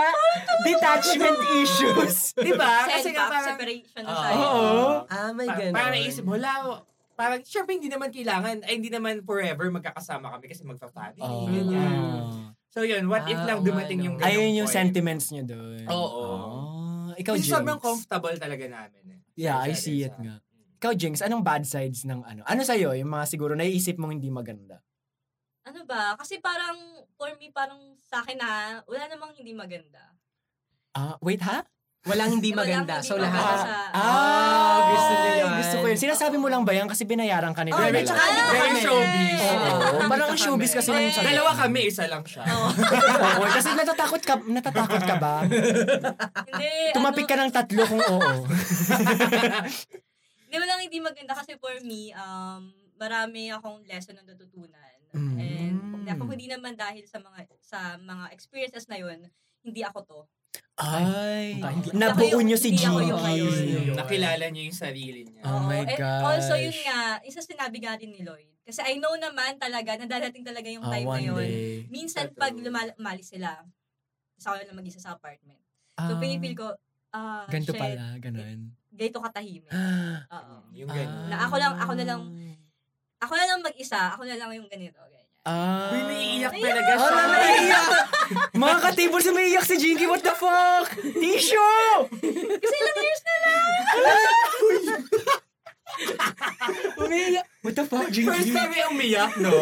C: Detachment issues.
D: Di ba?
E: Kasi
D: Kasi
E: ano
D: nga parang...
E: separation eh. na
D: Oo.
E: tayo.
B: Ah, may
D: Parang,
B: ganun.
D: parang naisip mo, lao, parang syempre hindi naman kailangan, ay hindi naman forever magkakasama kami kasi magpa-family.
C: Ah.
D: ganyan. So yun, what if
B: Ah, oo
D: lang dumating
B: nga,
D: yung
B: no.
D: ganyang
C: ano. Ayun yung
D: point.
C: sentiments niya doon.
D: Oo.
C: Ah. Ikaw,
D: Kasi
C: Jinx.
D: sobrang comfortable talaga namin. Eh.
C: Yeah, I
D: Sa-
C: see it
D: sa-
C: nga.
E: Mm.
C: Ikaw, Jinx, anong bad sides ng ano? Ano sa'yo? Yung mga siguro naiisip mong hindi maganda.
E: Ano ba? Kasi parang, for me, parang sa akin na, wala namang hindi maganda.
C: Ah, wait ha?
B: Walang hindi
E: Walang
B: maganda.
E: hindi
B: so,
E: maganda
B: lahat.
E: sa-
C: Ah,
B: Ah,
C: gusto niya
B: yan.
C: Gusto ko yun. Sinasabi mo lang ba yan kasi binayaran ka nila?
B: Oh,
D: Very,
B: Very- tsaka
E: hindi
D: very
B: kami.
D: showbiz.
C: Oo.
B: Oo.
C: Parang ang showbiz kasi nung
E: Eh.
C: sabi.
D: Dalawa kami, isa lang siya.
E: Oo.
C: Oo, kasi natatakot ka, natatakot ka ba?
E: ano? Hindi,
C: Tumapik ka ng
E: ano,
C: tatlo kung oo.
E: Hindi walang hindi maganda kasi for me, um, marami akong lesson na natutunan.
C: Mm.
E: And kung hindi naman dahil sa mga sa mga experiences na yun, hindi ako to.
C: Ay,
B: Ah, hindi-
C: nabuo niyo si Ah,
E: Hindi ako
C: Jinky.
E: yung ngayon.
D: Mm, Nakilala niya yung sarili niya.
E: Ah.
C: Oh my
E: and
C: gosh.
E: also yun nga, isa sinabi nga rin ni Lloyd. Kasi I know naman talaga na dadating talaga yung
C: Ah,
E: time na
C: one
E: yun.
C: day.
E: Minsan
D: Totoo.
E: pag lumal- umalis sila, isa ako lang mag-isa sa apartment. So,
C: Ah,
E: pinipil ko, ah,
C: Ganito
E: shit,
C: pala, Ah. ganun.
E: Ganito katahimik. Oo.
D: Mm, Yung
C: Ah.
D: ganyan.
E: Na ako lang- ako na lang- Ako na lang mag-isa, ako na lang yung ganito, ganyan.
C: Ah.
D: Uy, naiiyak talaga
C: Oh,
D: siya.
C: naiiyak! Mga ka-table sa maiiyak si Jinky, what the fuck? Tissue!
E: Kasi ilang years na lang!
C: Umiiyak. What the fuck, Jinky?
D: First time may umiyak, no?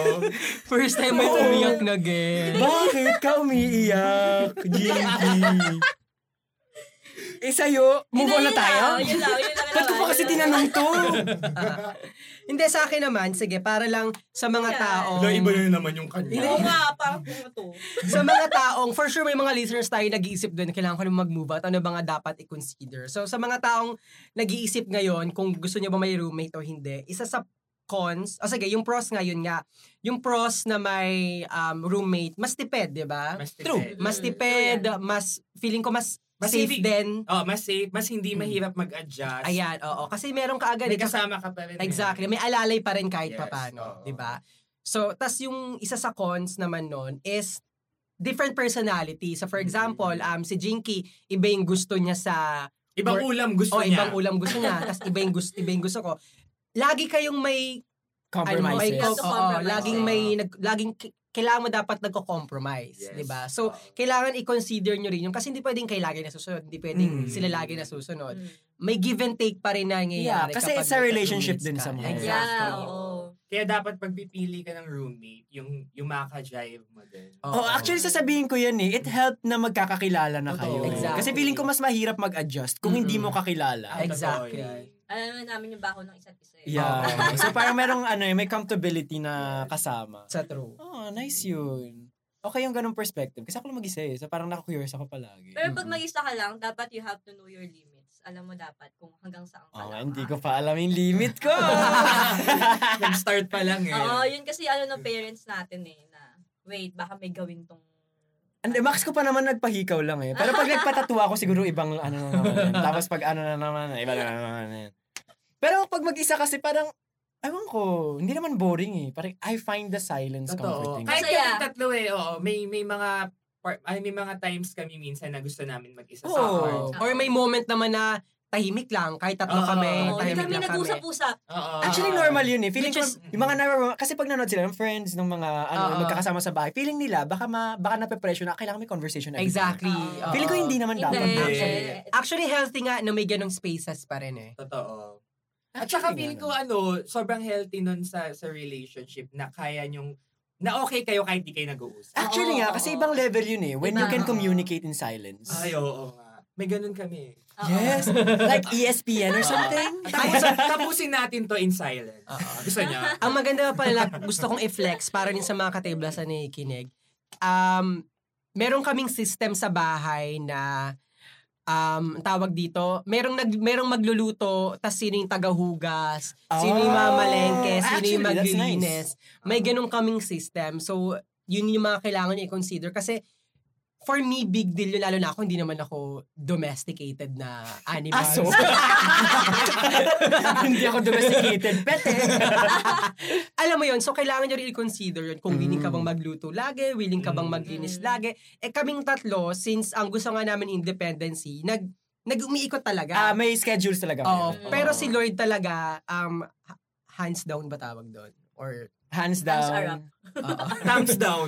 B: First time may
C: Oo.
B: umiyak na again.
C: Bakit ka umiiyak, Jinky? eh, sa'yo, move on na tayo?
E: Yun lang, yun lang.
C: Ba't ko pa kasi tinanong to?
B: Hindi, sa akin naman, sige, para lang sa mga
E: Yan.
B: taong...
D: na naman yung
E: Oo nga, parang puto.
B: sa mga taong, for sure may mga listeners tayo nag-iisip doon, kailangan ko na mag-move out, ano ba nga dapat i-consider. So sa mga taong nag-iisip ngayon kung gusto niyo ba may roommate o hindi, isa sa cons, o sige, yung pros ngayon nga, yung pros na may um, roommate, mas tipid, di ba?
D: Mas
C: True.
D: tipid.
B: Mas
E: Mm,
B: tipid,
E: true yan.
B: mas feeling ko mas,
D: Mas
B: safe
D: hindi-
B: din.
D: Oh, mas safe, mas hindi
B: Mm.
D: mahirap mag-adjust.
B: Ayan, oo. Kasi meron ka agad.
D: May
B: eh, tsaka-
D: kasama ka pa rin. eh.
B: Exactly. May alalay pa rin kahit
D: Yes,
B: papano,
D: oo.
B: di ba? So, tas yung isa sa cons naman nun is different personality. So,
D: Mm-hmm.
B: for example, um, si Jinky, iba yung gusto niya sa...
D: Ibang
B: Or-
D: ulam gusto
B: o,
D: niya.
B: ibang ulam gusto niya. tas iba yung gusto, iba yung gusto ko. Lagi kayong may... Ano, may
C: Compromises.
E: Yes.
B: co- oo,
E: Compromises.
B: laging may... Nag, laging ki- kailangan mo dapat nagko-compromise,
D: Yes. Oh.
B: di ba? diba? So,
D: Oo.
B: kailangan i-consider nyo rin yung kasi hindi pwedeng kayo lagi nasusunod, hindi pwedeng
C: Mm.
B: sila lagi nasusunod.
E: Mm.
B: May give and take pa rin na nangyayari.
C: Yeah, kasi
B: kapag
C: it's a relationship din
B: nagka-roommates ka.
C: somehow.
B: Exactly.
E: Yeah, oo.
D: Kaya dapat pagpipili ka ng roommate, yung, yung maka-jive mo din.
C: Oh, actually sasabihin ko yan eh. It helped na magkakakilala na kayo.
D: Totoo.
B: Exactly.
C: Kasi feeling ko mas mahirap mag-adjust kung hindi mo
B: Mm-mm.
C: kakilala.
B: Exactly.
E: Alam naman namin yung bako ng isa't isa. eh.
C: Yeah. so parang merong ano eh, may comfortability na kasama.
B: Sa true.
C: Oh, nice yun. Okay yung ganong perspective. Kasi ako lang mag-isa eh. So parang naku-curious ako palagi.
E: Pero pag mag-isa ka lang, dapat you have to know your limits. Alam mo dapat kung hanggang saan ka
C: Oh,
E: lang.
C: hindi ko pa alam yung limit ko.
D: Nag-start pa lang eh.
E: Oo, yun kasi ano ng parents natin eh, na wait, baka may gawin tong...
C: Hindi, max ko pa naman nagpahikaw lang eh. Pero pag nagpatatua ako, siguro ibang ano na naman. yan. Tapos pag ano na naman, iba na naman yan. Pero pag mag-isa kasi parang, ewan ko, hindi naman boring eh. Parang I find the silence
D: Totoo.
C: comforting.
D: Kahit
E: Masaya.
D: kami tatlo eh, oo, may, may mga par- ay, may mga times kami minsan na gusto namin mag-isa sa
C: Oo.
B: Oh,
D: apartment.
B: Or may moment naman na tahimik lang, kahit tatlo
D: Oo.
B: kami,
E: Oo,
B: Eh,
E: hindi
B: tahimik
E: kami
B: lang kami.
E: nag-usap-usap.
D: Oo.
C: Actually,
B: Um,
C: normal yun eh. Feeling
D: Which
C: ko,
D: is-
C: yung mga naro, kasi pag nanonood sila ng friends, ng mga ano,
B: Oo.
C: magkakasama sa bahay, feeling nila, baka, ma, baka nape-pressure na, kailangan may conversation. every time.
B: Exactly.
E: Oo.
B: oo.
C: Feeling ko hindi naman dapat.
E: Hindi.
D: Actually,
E: Eh,
B: Actually, healthy nga na may ganong spaces pa rin eh.
D: Totoo. At saka
C: Actually,
D: feel ko
C: ano.
D: ano, sobrang healthy nun sa sa relationship na kaya nyong na okay kayo kahit di kayo nag-uusap.
C: Actually nga, kasi ibang level yun eh. When you
E: Iba.
C: can communicate in silence.
D: Ay, oo nga. May ganun kami. eh.
E: Oo.
C: Yes. like E ESPN or something.
D: Tapos, tapusin natin to in silence. Gusto niya?
B: Ang maganda pa pala, gusto kong i-flex para rin sa mga katiblasan ni Kinig. Um, meron kaming system sa bahay na um, ang tawag dito, merong, nag, merong magluluto, tas sino yung tagahugas, sino yung
C: Oh,
B: mamalengke, sino yung
C: actually, that's Ah.
B: maglilinis. May ganun kaming system. So, yun yung mga kailangan i-consider kasi for me, big deal yun. Lalo na ako, hindi naman ako domesticated na animal.
C: Aso? Hindi ako domesticated pet eh.
B: Alam mo yon so kailangan nyo rin i-consider yun kung willing ka bang magluto lagi, willing ka bang
C: Mm.
B: maglinis lagi. Eh kaming tatlo, since ang gusto nga namin independency, nag, nag-umiikot
C: Ah, Mm.
B: talaga.
C: may schedules talaga.
B: Oo,
C: kayo.
B: pero si Lloyd talaga, um, ha- hands down ba tawag doon? Or,
C: Hands
E: Thumbs are up.
C: down.
B: oo.
D: Thumbs down.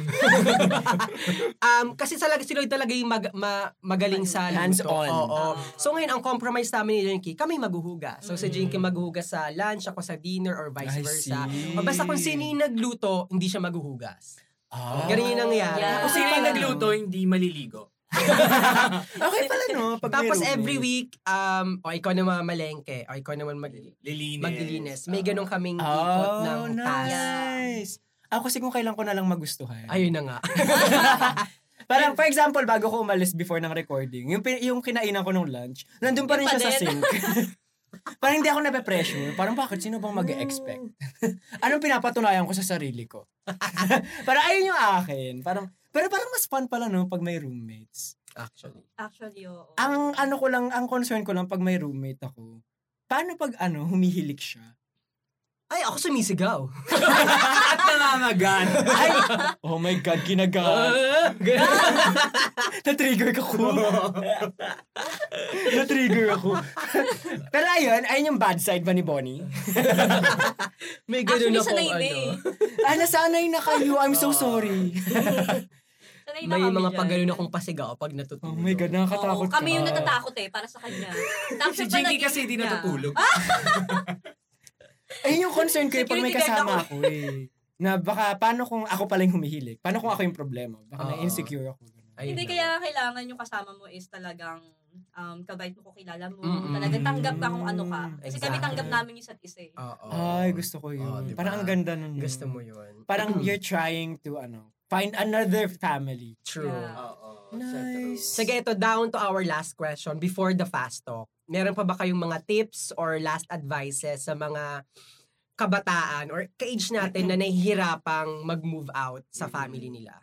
B: um, kasi talaga si Lloyd talaga yung mag, ma- magaling sa luto.
C: Hands on. Mm.
B: Oo. So ngayon, ang compromise namin ni Jinky, kami maghuhuga. So si Jinky maghuhuga sa lunch, ako sa dinner, or
C: Mm. I
B: vice versa.
C: see.
B: O, Basta kung sino yung nagluto, hindi siya maghuhugas.
C: Ah.
B: Ganun yung nangyayari.
E: Yeah.
D: Kung sino yung nagluto, hindi maliligo.
C: Okay pala no. Pag may
B: Tapos
C: roommate.
B: every week, um, o ikaw naman malengke, o ikaw naman mag
D: Lilinis.
B: maglilinis. May ganun kaming ikot ng
C: Oh,
B: task.
C: nice. Ako kasi kung kailan ko na lang magustuhan.
B: Ayun na nga.
C: Parang, for example, bago ko umalis before ng recording, yung, pin- yung kinainan ko nung lunch, nandun pa rin
E: Yun pa
C: siya sa
E: din.
C: sink. parang hindi ako nape-pressure. Parang bakit? Sino bang mag-expect? Anong pinapatunayan ko sa sarili ko? parang ayun yung akin. Parang, pero parang mas fun pala no pag may roommates.
B: Actually.
E: Actually, oo.
C: Ang ano ko lang, ang concern ko lang pag may roommate ako, paano pag ano, humihilik siya?
B: Ay, ako sumisigaw.
D: At nangangagan.
C: Ay! Oh my God, ginaga. Na-trigger ka ko. Na-trigger ako. Pero ayun, ayun yung bad side ba ni Bonnie?
B: May ganun
E: Actually,
B: ako,
E: sanay na
B: ano.
E: eh.
C: Ah, nasanay na kayo. I'm so sorry.
E: Sanay na
B: May
E: kami
B: mga
E: dyan.
B: pagano akong pasigaw pag natutulog.
C: Oh my God, nakakatakot
E: Oo, kami yung
C: ka.
E: natatakot eh, para sa kanya. Tapos
D: Si
E: yung
D: Jinky
E: panaginip
D: kasi hindi
E: niya.
D: natutulog.
C: Ayun yung concern ko eh, pag may
E: Security guard
C: kasama ako eh. Na baka, paano kung ako pala yung humihilig? Paano kung ako yung problema? Baka
B: Oo.
C: na-insecure ako.
B: Ayun
E: Hindi,
B: na.
E: kaya kailangan yung kasama mo is talagang um, kabait mo, kilala mo.
B: Mm-mm.
E: Talagang tanggap ka kung ano ka. Kasi kami
B: Exactly.
E: tanggap namin yung isa't isa eh.
B: Oo.
C: Ay, gusto ko yun.
B: Oo, diba?
C: Parang ang ganda nun. yun.
B: Gusto mo yun.
C: Parang you're trying to, ano, find another family.
B: True.
E: Yeah.
D: Oo.
C: Nice.
D: Sige.
B: Sige, ito down to our last question before the fast talk. Meron pa ba kayong mga tips or last advices sa mga kabataan or ka-age natin na nahihirapang mag-move out sa family nila?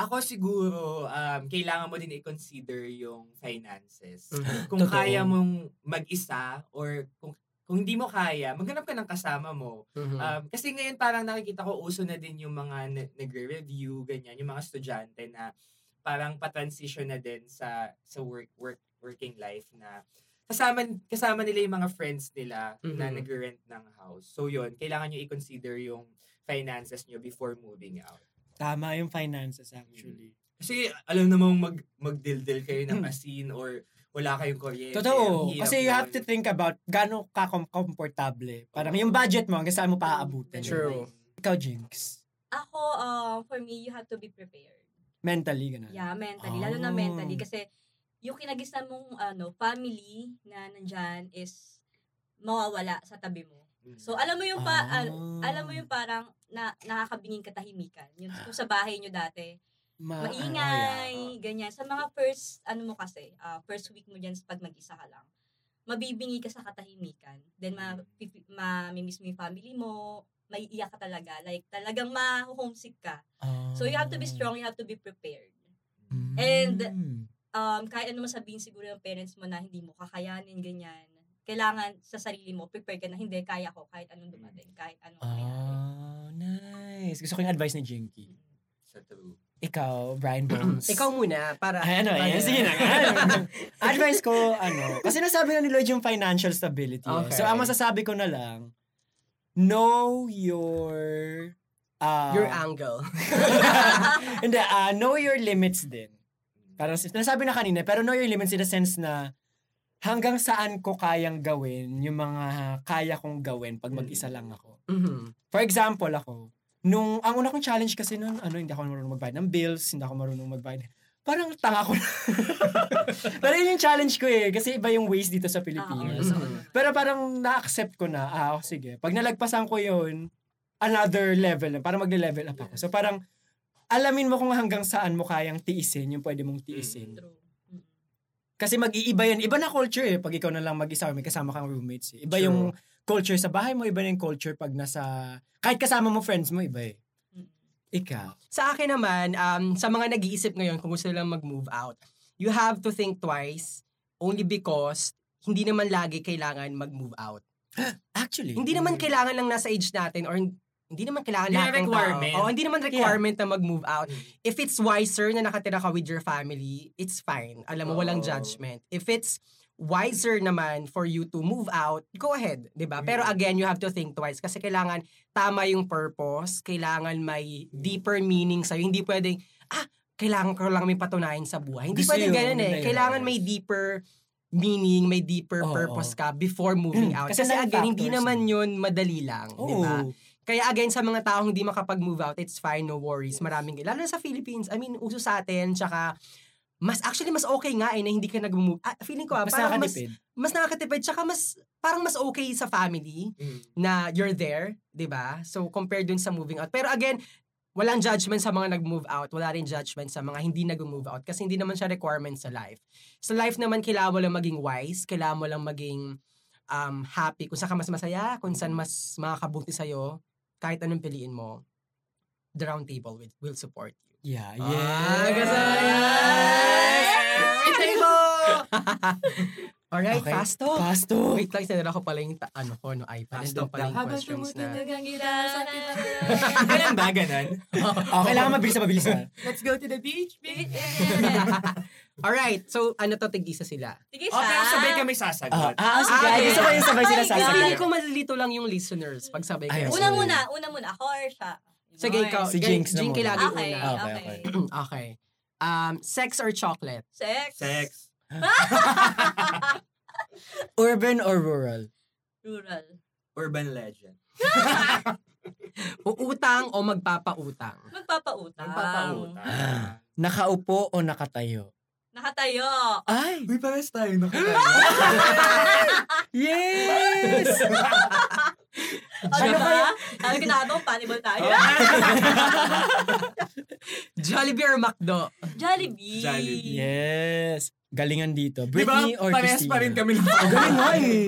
D: Ako siguro, um, kailangan mo din i-consider yung finances. Kung
B: Mm, Totoo.
C: Mm-hmm.
D: kaya mong mag-isa or kung, kung hindi mo kaya, maghanap ka ng kasama mo.
B: Mhm.
C: Mm-hmm.
D: Um, kasi ngayon parang nakikita ko uso na din yung mga na- nagre-review, ganyan, yung mga estudyante na parang patransition na din sa sa work work working life na kasama kasama nila yung mga friends nila na
B: Mhm.
D: nagre-rent ng house. So yun, kailangan nyo i-consider yung finances nyo before moving out.
C: Tama yung finances actually.
D: Kasi alam namang mag magdildil kayo ng asin or wala kayong kuryente.
C: Hmm. Totoo.
D: ang hirap
C: Kasi you have
D: nun.
C: to think about gano'ng ka-comfortable. Parang yung budget mo, hanggang saan mo paaabutin.
B: True.
C: Ikaw, Jinx.
E: Ako, uh, for me, you have to be prepared.
C: Mentally, gano'n.
E: Yeah, mentally. Lalo na
C: Oh.
E: mentally. Kasi yung kinagisa mong ano, family na nandyan is mawawala sa tabi mo.
D: Mm.
E: So, alam mo yung pa, al- alam
B: Ah.
E: mo yung parang na, nakakabinging katahimikan. Yung kung sa bahay nyo dati.
C: Ma-
E: Maingay, ganyan. Sa mga first, ano mo kasi, ah, first week mo dyan pag mag-isa ka lang, mabibingi ka sa katahimikan. Then, ma, mamimiss mo yung family mo, may iyak ka talaga. Like, talagang ma-homesick ka.
C: Ah.
E: So, you have to be strong, you have to be prepared.
C: Mm.
E: and- Um, kahit ano man sabihin siguro ng parents mo na hindi mo kakayanin, ganyan. Kailangan sa sarili mo, prepare ka na, hindi, kaya ko kahit anong dumating, kahit
C: Ah.
E: anong mangyari.
C: Oh, nice. Gusto ko yung advice ni Jinky.
D: Sa true.
C: Ikaw, Brian Bones.
B: Ikaw muna, para...
C: Ay, ano, eh,
B: para-
C: sige na. Ano. Advice ko, ano, kasi nasabi na ni Lloyd yung financial stability. eh.
B: Okay.
C: So, ang masasabi ko na lang, know your... ah,
B: Your angle.
C: Hindi, ah, know your limits din. Parang si- nasabi na kanina, pero know your limits in the sense na hanggang saan ko kayang gawin yung mga kaya kong gawin pag mag-isa lang ako.
B: Mhm.
C: For example, ako, nung, ang una kong challenge kasi noon, ano, hindi ako marunong magbayad ng bills, hindi ako marunong magbayad. Parang tanga ko na. Pero yun yung challenge ko eh, kasi iba yung ways dito sa Pilipinas.
E: Ah, oo.
C: Pero parang na-accept ko na, ah, oh, sige. Pag nalagpasan ko yun, another level na, parang magle-level up ako. So parang, alamin mo kung hanggang saan mo kayang tiisin yung pwede mong tiisin.
E: True. Mm.
C: Kasi mag-iiba yan. Iba na culture eh. Pag ikaw na lang mag-isa or may kasama kang roommates. Eh. Iba
B: True.
C: yung culture sa bahay mo. Iba na yung culture pag nasa... Kahit kasama mo friends mo, iba eh.
E: Mm.
C: Ikaw.
B: Sa akin naman, um, sa mga nag-iisip ngayon kung gusto nilang mag-move out, you have to think twice only because hindi naman lagi kailangan mag-move out.
C: Actually.
B: Hindi naman kailangan lang nasa age natin or hin- hindi naman kailangan
D: Hindi
B: lahat ng
D: requirement.
B: tao. Oh, hindi naman requirement na mag-move out.
C: Mm.
B: If it's wiser na nakatira ka with your family, it's fine. Alam mo, walang
C: Oh.
D: Oo.
B: judgment. If it's wiser naman for you to move out, go ahead, 'di ba? Pero
D: Mm.
B: again, you have to think twice kasi kailangan tama yung purpose, kailangan may deeper meaning sa Hindi pwedeng ah, kailangan ko lang may patunayan sa buhay. Hindi
C: Gusto yun,
B: pwedeng ganun
C: maganda
B: eh.
C: yun.
B: Kailangan may deeper meaning, may deeper
C: Oo.
B: purpose ka before moving
C: Mm.
B: out.
C: Kasi
B: Kasi,
C: nine
B: again, hindi
C: factors.
B: naman yun madali lang,
C: Oo.
B: di ba? Kaya again, sa mga taong hindi makapag-move out, it's fine, no worries. Maraming, lalo na sa Philippines, I mean, uso sa atin, tsaka, mas actually mas okay nga eh na hindi ka nag-move. Ah, feeling ko ah,
C: Mas
B: parang mas,
C: nakakatipid.
B: mas nakakatipid tsaka mas parang mas okay sa family
D: Mm.
B: na you're there, 'di ba? So compared dun sa moving out. Pero again, walang judgment sa mga nag-move out, wala rin judgment sa mga hindi nag-move out kasi hindi naman siya requirement sa life. Sa life naman kailangan mo lang maging wise, kailangan mo lang maging um, happy kung saan ka mas masaya, kung saan mas makakabuti sa kahit anong piliin mo. The round table will, will support you.
C: Yeah,
B: Ah,
C: yeah.
B: gusto ko yan! Itay mo! Alright,
C: Okay.
B: fast talk.
C: Pasto.
B: Wait lang, sinadala ko pala yung ta- ano ko, no iPad.
C: Fast
B: Nandun
C: talk
B: pala yung
C: lang.
D: Habang
B: questions na.
E: Talagang gila.
D: Ganun ba? Ganun?
C: Oh, kailangan mabilis na mabilis na.
D: Let's go to the beach, bitch!
B: Alright, so ano to, tigisa sila.
E: Sige
D: O, pero sabay
E: siya.
D: kami sasagot.
C: ah, sige.
B: Ah,
C: Gusto ko yung sabay sila
E: Ay,
C: sasagot.
B: Feeling ko malilito lang yung listeners pag sabay
C: Ayun.
B: kayo.
E: Una muna, una muna. Ako or siya?
B: Sige, ikaw.
C: Si
B: Jing-
C: Jinx na
B: Jing,
C: muna. Ah.
B: kailangan yung
E: Okay,
B: una.
E: okay.
C: Okay,
B: okay. Um, sex or chocolate?
E: Sex?
D: Sex.
C: Urban or rural?
E: Rural.
D: Urban legend.
B: O utang o magpapautang?
E: Magpapautang.
D: Nagpapauta.
C: Ah. Nakaupo o nakatayo?
E: Nakatayo.
C: Ay!
D: Uy, pares tayo. Nakatayo.
C: Yes!
E: Ano ba? Sabi ko na ako, panibol tayo.
B: Jollibee or McDo?
E: Jollibee.
D: Jollibee.
C: yes! Galingan dito.
D: Di ba?
C: Britney or
D: Pares
C: Christina?
D: Diba? pa rin kami.
C: Oh, galing nga eh.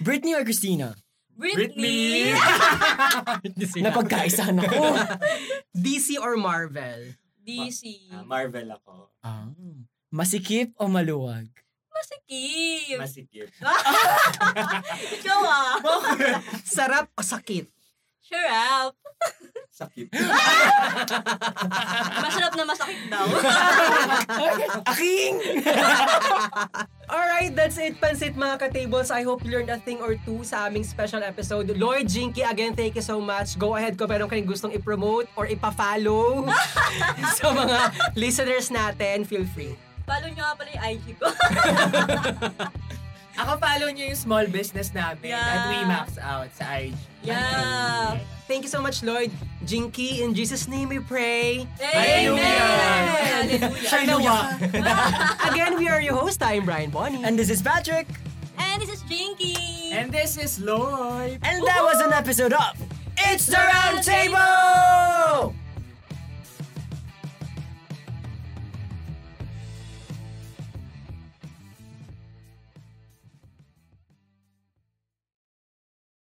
C: Britney or Christina?
E: Britney.
C: Napagkaisahan ako.
B: DC or Marvel?
E: DC.
D: Ah, Marvel ako.
C: Ah. Masikip o maluwag?
E: Masikip.
D: Masikip.
E: Ikaw ah.
B: Sarap o sakit?
E: Sure ah.
D: Sakit.
E: Masarap na masakit daw.
C: Aking!
B: Alright, that's it, Pansit mga ka-tables. I hope you learned a thing or two sa aming special episode. Lloyd Jinky, again, thank you so much. Go ahead kung meron kayong gustong i-promote or ipa-follow sa mga listeners natin. Feel free.
E: Follow nyo nga pala yung IG ko.
D: Ako follow niyo yung small business namin
E: Yeah.
D: at we max out sa IG.
E: yeah.
B: Thank you so much, Lloyd. Jinky, in Jesus' name we pray.
E: Amen!
D: Shinowa!
B: Again, we are your host. I'm Brian Bonnie.
C: And this is Patrick.
E: And this is Jinky.
D: And this is Lloyd!
C: And that was an episode of
B: it's the Round Table!